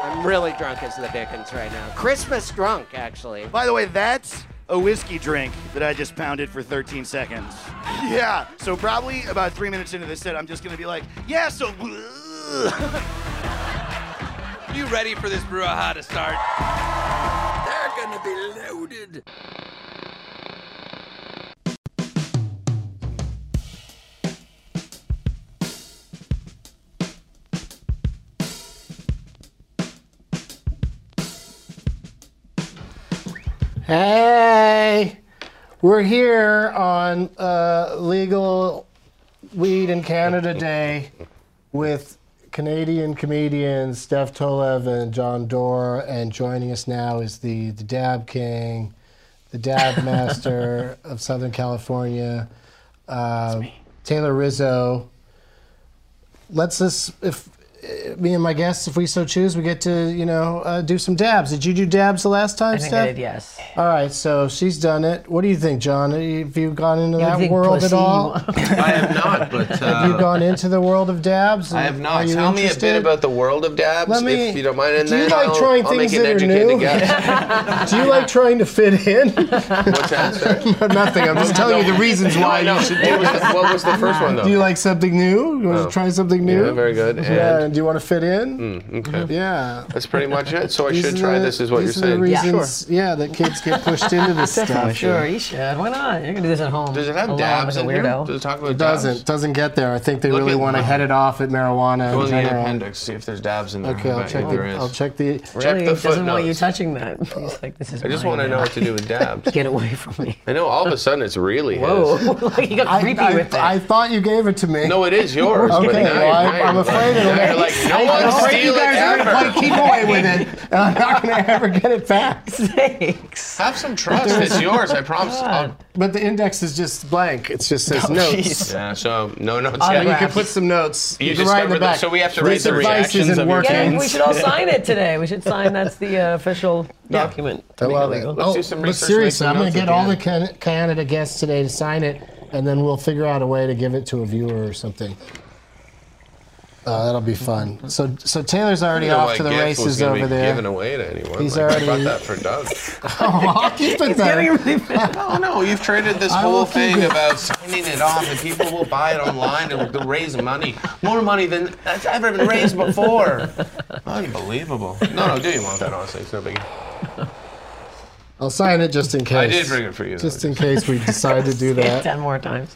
I'm really drunk as the dickens right now. Christmas drunk, actually. By the way, that's a whiskey drink that I just pounded for 13 seconds. Yeah, so probably about three minutes into this set, I'm just gonna be like, yeah, so. You ready for this brouhaha to start? They're gonna be loaded. Hey, we're here on uh, Legal Weed in Canada Day with Canadian comedians Steph Tolev and John Doerr, and joining us now is the, the Dab King, the Dab Master of Southern California, uh, Taylor Rizzo. Let's us if eh, me and my guests, if we so choose, we get to you know uh, do some dabs. Did you do dabs the last time, I think Steph? I did, yes. All right, so she's done it. What do you think, John? Have you gone into You that think world at pussy, all? you- I have not, but Have you uh, gone into the world of dabs? I have not. Tell me a bit about the world of dabs, Let me- if you don't mind. And do you then like I'll, trying I'll things make an that are educated new? guess. Do you like trying to fit in? What's that? sir? Nothing. I'm just telling you the reasons No, why no. you should. What was the, what was the first one though? Do you like something new? You want Oh. to try something new? yeah, very good. Yeah, And and do you want to fit in? okay. Yeah. that's pretty much it. So I These should are try the- this, is what you're these are the saying. reasons, yeah, that kids get pushed into this stuff. Sure, you should. Why not? You can do this at home. Does it have alone dabs as a in here? weirdo. Does it talk about dabs? Doesn't doesn't get there. I think they Look really at- want to head it off at marijuana. Go in in the general. appendix, see if there's dabs in there. Okay, I'll bet check you the. there is. I'll check the. Check the really doesn't want you footnotes. touching that. He's like, this is. I just want to know what to do with dabs. Get away from me. I know all of a sudden it's really Whoa! his. like he got creepy I, with I that. thought you gave it to me. No, it is yours. but Okay, now well, you're- I'm, I'm afraid it'll Now you're like, no one steal it ever. keep away with it, and I'm not going to ever get it back. Thanks. Have some trust. It's yours. I promise. I'll- But the index is just blank. It just says Oh, notes. Yeah. So no notes. But you yet. can put some notes. You can write in the discovered that- back. so we have to This write the advice reactions isn't of your working. Yeah, we should all sign it today. We should sign. That's the uh, official document. I love it. Let's oh, do some but research, make seriously, some I'm going notes to at get the all the Can- Canada guests today to sign it, and then we'll figure out a way to give it to a viewer or something. Uh, that'll be fun. So, so Taylor's already You know, off like to the Gibbs was races gonna be over there. Given away to anyone. He's Like, already- I bought that for Doug. Oh, I'll keep it It's then. getting really bad. Oh no, you've traded this I whole will keep thing it. about signing it off, and people will buy it online and they'll raise money, more money than that's ever been raised before. Unbelievable. No, no, do you want that? Honestly, it's no big. I'll sign it just in case. I did bring it for you. though. Just in case we decide to do that. Ten more times.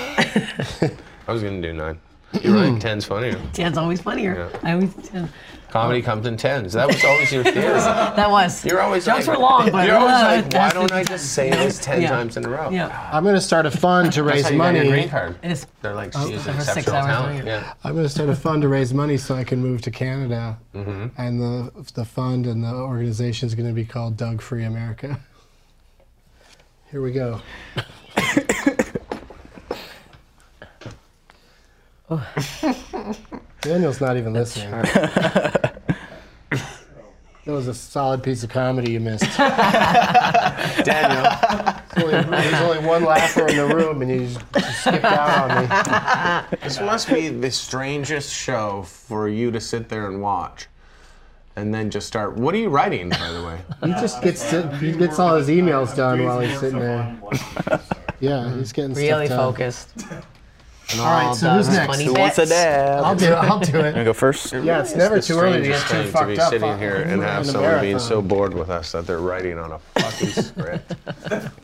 I was gonna do nine. You're Hmm. right. Ten's funnier. Ten's always funnier. Yeah. I always ten. Comedy comes in tens. That was always your theory. That was. You're always jokes like, were long, but you're always uh, like, why that's don't the- I just say this ten Yeah. times in a row? Yeah. I'm going to start a fund to That's raise how you got your green money. card. It is. They're like, Oh, she's for an six exceptional hours talent. doing it. Yeah. I'm going to start a fund to raise money so I can move to Canada. And the the fund and the organization is going to be called Doug Free America. Here we go. Daniel's not even listening. That was a solid piece of comedy you missed. Daniel. There's only, there's only one laugher in the room, and you just skipped out on me. This must be the strangest show for you to sit there and watch. And then just start. What are you writing, by the way? He just gets to, he gets all his emails done while he's sitting there. Yeah, he's getting Really stuff done. focused. uh, All right, so who's next? Money Wants a bets. dab? I'll do it. I'll do I it. go first? Yeah, it's never It's too early to get too strangest thing fucked to be up. sitting here and We're in a have someone being marathon. so bored with us that they're writing on a fucking script.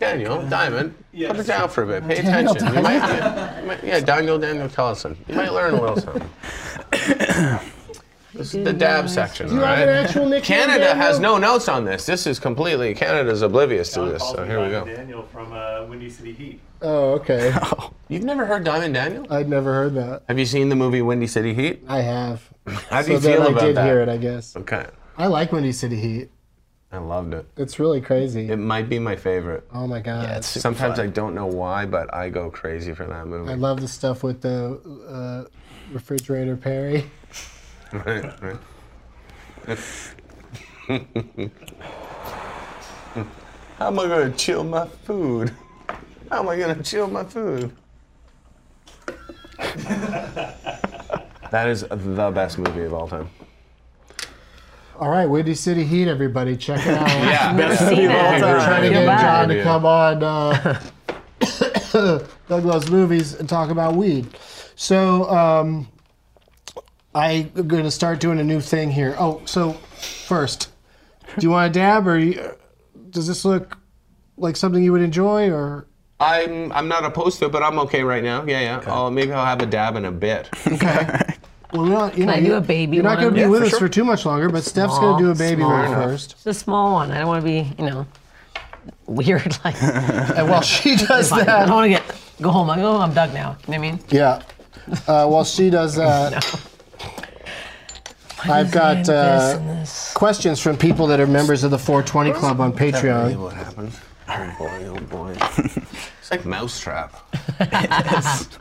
Daniel Diamond, put it down for a bit. Pay Daniel attention. You might, you might- yeah, Daniel Daniel Collison. You might learn a little something. This is the dab section. Do you all have right? an actual nickname? Canada Daniel? has no notes on this. This is completely Canada's oblivious to this. So here we go. Daniel from uh, Windy City Heat. Oh, okay. You've never heard Diamond Daniel? I'd never heard that. Have you seen the movie Windy City Heat? I have. How do So you then feel I about did that? hear it, I guess. Okay, I like Windy City Heat. I loved it. It's really crazy. It might be my favorite. oh my god. Sometimes I don't know why, but I go crazy for that movie. I love the stuff with the uh, refrigerator Perry. Right, right. How am I gonna chill my food? How am I gonna chill my food? that is the best movie of all time. All right, Windy City Heat, everybody, check it out. Yeah, best seen that. Trying to You're get John back. to come on uh, Doug Loves uh, Movies and talk about weed. So um, I'm going to start doing a new thing here. Oh, so first, do you want a dab or you, does this look like something you would enjoy or? I'm I'm not opposed to it, but I'm okay right now. Yeah, yeah. Oh, maybe I'll have a dab in a bit. Well, we're not, you know, I do you- a baby You're not one? going to be Yeah, with for us sure. for too much longer, but Steph's Small, going to do a baby small. one enough. first. It's a small one. I don't want to be, you know, weird. Like, And while she does I don't that, want to get go home. Like, oh, I'm Doug now. You know what I mean? yeah. Uh, while she does that, I've got this uh, and this. questions from people that are members of the 420 Club on Really Patreon. what happened? Oh boy, oh boy. it's like mousetrap.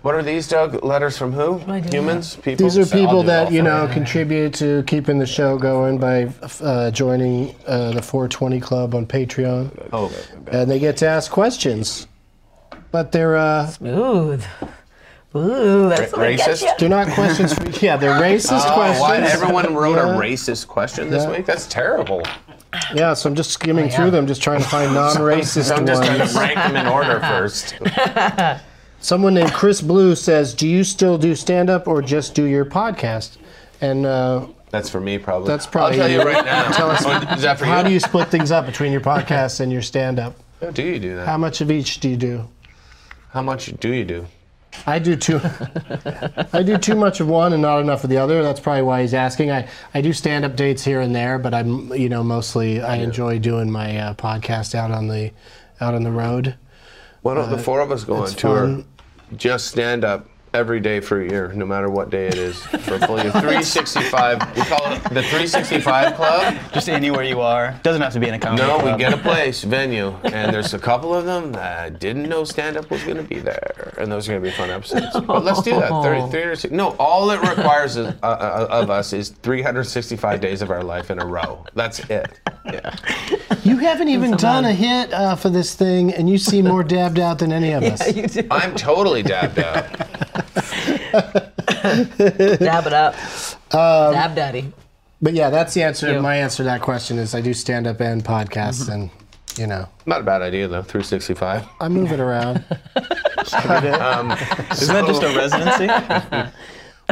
what are these, Doug? Letters from who? I doing? Humans? People? These are So I'll people do that all you four. know contribute to keeping the show going by uh, joining uh, the 420 Club on Patreon, Oh, and they get to ask questions. But they're uh, Smooth. Ooh, that's what I get racist? you. they're not questions for yeah they're racist Oh, questions. why everyone wrote Yeah. a racist question this Yeah. week? That's terrible. Yeah, so I'm just skimming yeah. through them, just trying to find non-racist So Oh, I'm just trying ones. to rank them in order first. Someone named Chris Blue says, "Do you still do stand-up or just do your podcast?" And uh, That's for me, probably. That's probably- I'll tell you right now. Tell us- Oh, is that for how do you? you split things up between your podcast and your stand-up? How do you do How that? much of each do you do? How much do you do? I do too. I do too much of one and not enough of the other. That's probably why he's asking. I, I do stand up dates here and there, but I'm you know mostly I enjoy doing my uh, podcast out on the out on the road. Why don't the four of us go on Uh, it's tour? fun. Just stand up every day for a year, no matter what day it is, for a full year. 365. We call it the 365 Club. Just anywhere you are. Doesn't have to be in a comedy No, we club. get a place, venue, and there's a couple of them that I didn't know stand up was going to be there, and those are going to be fun episodes. But let's do that. Oh. Thirty- three or six- no, all it requires is, uh, uh, of us is 365 days of our life in a row. That's it. Yeah. You haven't even done a hit uh, for this thing, and you seem more dabbed out than any of us. You do. I'm totally dabbed out. Dab it up. Dab daddy. But yeah, Mm-hmm. that's the answer. Yeah. My answer to that question is I do stand up and podcasts, and you know Not a bad idea though. 365. I move it around. Um, Isn't that Oh. just a residency?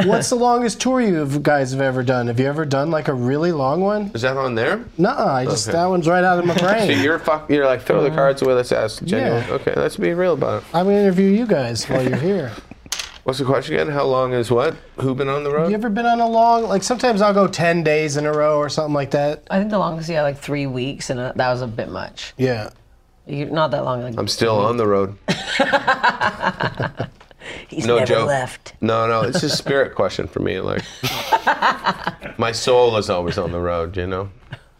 What's the longest tour you have- guys have ever done? Have you ever done like a really long one? Is that on there? Nuh I just Okay. that one's right out of my So brain. you're fuck. You're like throw Uh, the cards away. Let's ask genuine. Yeah. Okay, let's be real about it. I'm gonna interview you guys while you're here. What's the question again? How long is what? Who been on the road? You ever been on a long like sometimes I'll go ten days in a row or something like that. I think the longest, yeah, like three weeks, and uh, that was a bit much. Yeah. You, not that long. Like, I'm still on the road. he's no never joke. left. No, no, it's a spirit question for me. Like, my soul is always on the road. You know.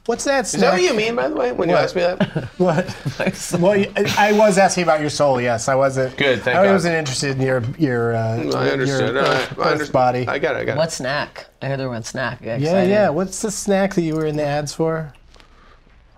What's that? Is that what you mean, by the way, when you What? asked me that? What? well, you- I was asking about your soul. Yes, I wasn't. Good, thank I God. wasn't interested in your your. Uh, I understood. Your, All earth- right. I earth understand. body. I got it. I got What snack? I heard there were a snack. Yeah, yeah, yeah. What's the snack that you were in the ads for?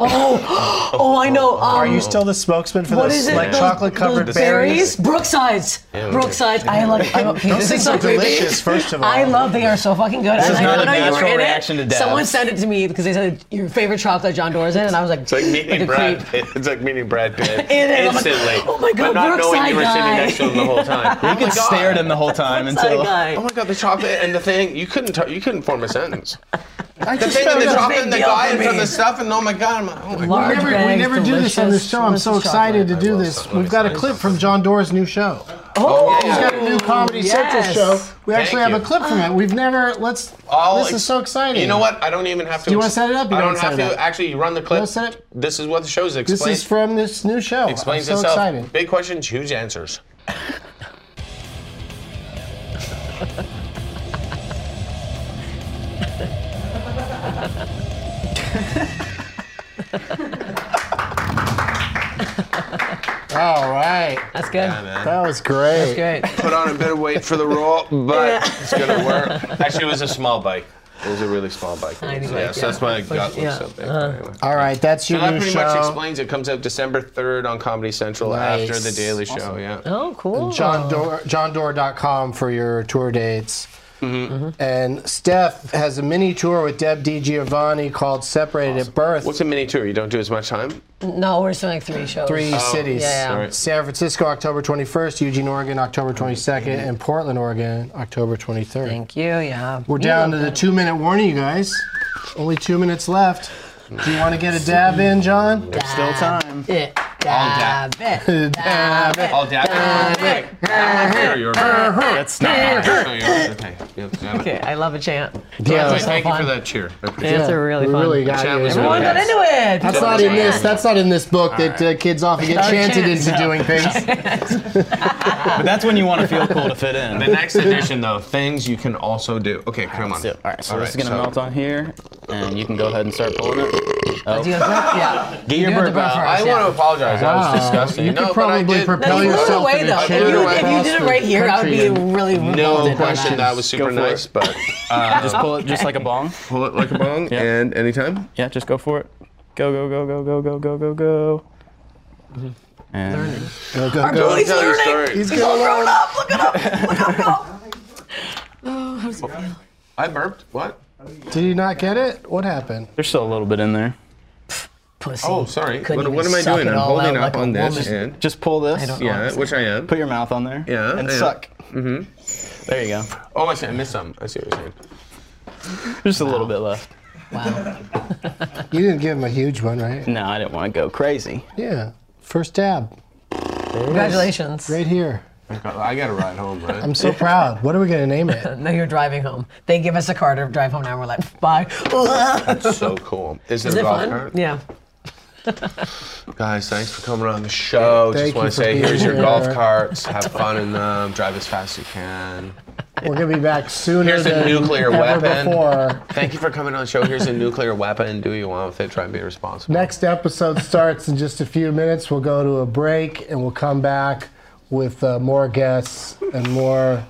Oh, oh, I know. Um, Are you still the spokesman for What those is it? like Those- chocolate covered those berries? Brooksides. Brooksides. I like. I'm, okay, Those this is things so are creepy. delicious. First of all, I love. They are so fucking good. This is I not don't a know you natural were in it. reaction to death. Someone sent it to me because they said your favorite shop that John Doer's in, and I was like, It's like meeting a Brad creep. Pitt. It's like meeting Brad Pitt And then I'm like, instantly. oh my But God, not knowing you were Brookside sitting guy. next to him the whole time. You could stare at him the whole time until. Side Oh guy. my god, the chocolate and the thing. You couldn't. T- you couldn't form a sentence. I The just thing and the found out- chocolate and the deal guy for and from me. the stuff and oh my god, I'm like, oh my We god. Large never, we bags, never do this on this delicious, show. I'm so delicious excited chocolate. to I do love this. something. Let We've me got a tell you clip from something. John Doer's new show. Oh, yeah. he's got a new Comedy Central Yes. show. We actually Thank have a you. clip from it. We've never. Let's. I'll this ex- is so exciting. You know what? I don't even have to. Do you wanna set it up? You I don't don't set have it to. up. Actually, you run the clip. don't set it- This is what the show's This explained. is from this new show. explains I'm so itself. excited. Big questions, huge answers. All right. That's good. That was great. That's great. Put on a bit of weight for the roll, but it's gonna work. Actually, it was a small bike. It was a really small bike. Tiny So, bike, yeah, so that's why it got yeah. so big. Anyway. All right, that's your So that new pretty show. much explains it. Comes out December 3rd on Comedy Central Nice. after The Daily Show. Yeah. Oh, cool. John Doerr- johndoerr.com for your tour dates. Mm-hmm. Mm-hmm. And Steph has a mini tour with Deb DiGiovanni called Separated at Birth. What's a mini tour? You don't do as much time? No, we're just doing like three shows. Three Oh, cities. yeah, yeah. Alright. San Francisco, October 21st, Eugene, Oregon, October 22nd, Mm-hmm. and Portland, Oregon, October 23rd. Thank you. Yeah. We're down to the two minute warning, you guys. Only two minutes left. Do you want to get a dab in, John? Still time. It. Dab it. Dab it. All dab. That one there, Oh, you're That's not. So you're okay. You have to have it. Okay, I love a chant. Yeah, Anyway, so Oh, thank you fun. for that cheer. I appreciate Chants Yeah, are really we fun. really got Chat you. was Everyone got Yes. into it. That's not in this. That's not in this book that uh, kids often get Not a chanted chance. into doing things. But that's when you want to feel cool to fit in. The next edition, though, things you can also do. Okay, come on. All right, so All this is right, gonna so- melt on here, and you can go ahead and start pulling it. Oh, Do you have breath? Yeah. get your you have the burp breath out. I first, want yeah. to apologize. That Wow. Ah. Oh. was disgusting. You no, could but I probably did- propel No, you blew it yourself away in a though. If chair you, if you across did it the right here, I'd be country and- really No revolted by question, that was super Go for it. nice, but Just pull it, just like a bong. pull it like a bong and anytime. Yeah, just go for it. Go, go, go, go, go, go, go, go, go. And Go, go, go. Don't tell your story. He's going on. I burped. What? Did you not get it? What happened? there's still a little bit in there. Pussy. Oh, sorry. Couldn't What, what even am I suck doing? it I'm all holding out up like a on this woman. and Just pull this. don't- yeah, which I am. Put your mouth on there. Yeah, And yeah. suck. Mm-hmm. There you go. Oh, I see. I missed some. I see what you're saying. Just a little bit left. Wow. You didn't give him a huge one, right? No, I didn't want to go crazy. Yeah. First dab, Congratulations. right here. I got- I got to ride home, right? I'm so proud. What are we gonna name it? No, you're driving home. They give us a car to drive home now. We're like, bye. That's so cool. Is it Is a it golf fun? cart? Yeah. Guys, thanks for coming on the show. Thank Just want you to for say, being here's your here. golf carts. Have fun in them. Drive as fast as you can. We're gonna be back sooner Here's a than nuclear ever weapon. before. Thank you for coming on the show. Here's a nuclear weapon. Do you want with it? Try and be responsible. Next episode starts in just a few minutes. We'll go to a break and we'll come back with uh, more guests and more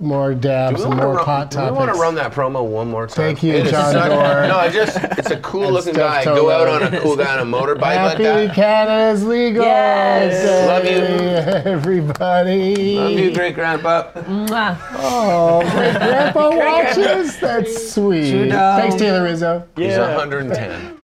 more Do dabs we and wanna more run- pot do we wanna topics. run that promo one more time? Thank you, It is John such- Doerr. No, I just, it's a cool looking Steph guy. Go out Toler. on a cool guy on a motorbike Happy like that. Canada is legal. Yes. Day, Love you. everybody. Love you, great grandpa. Mwah. Oh, my grandpa watches. That's sweet. Sure does. Thanks, Taylor Rizzo. He's 110.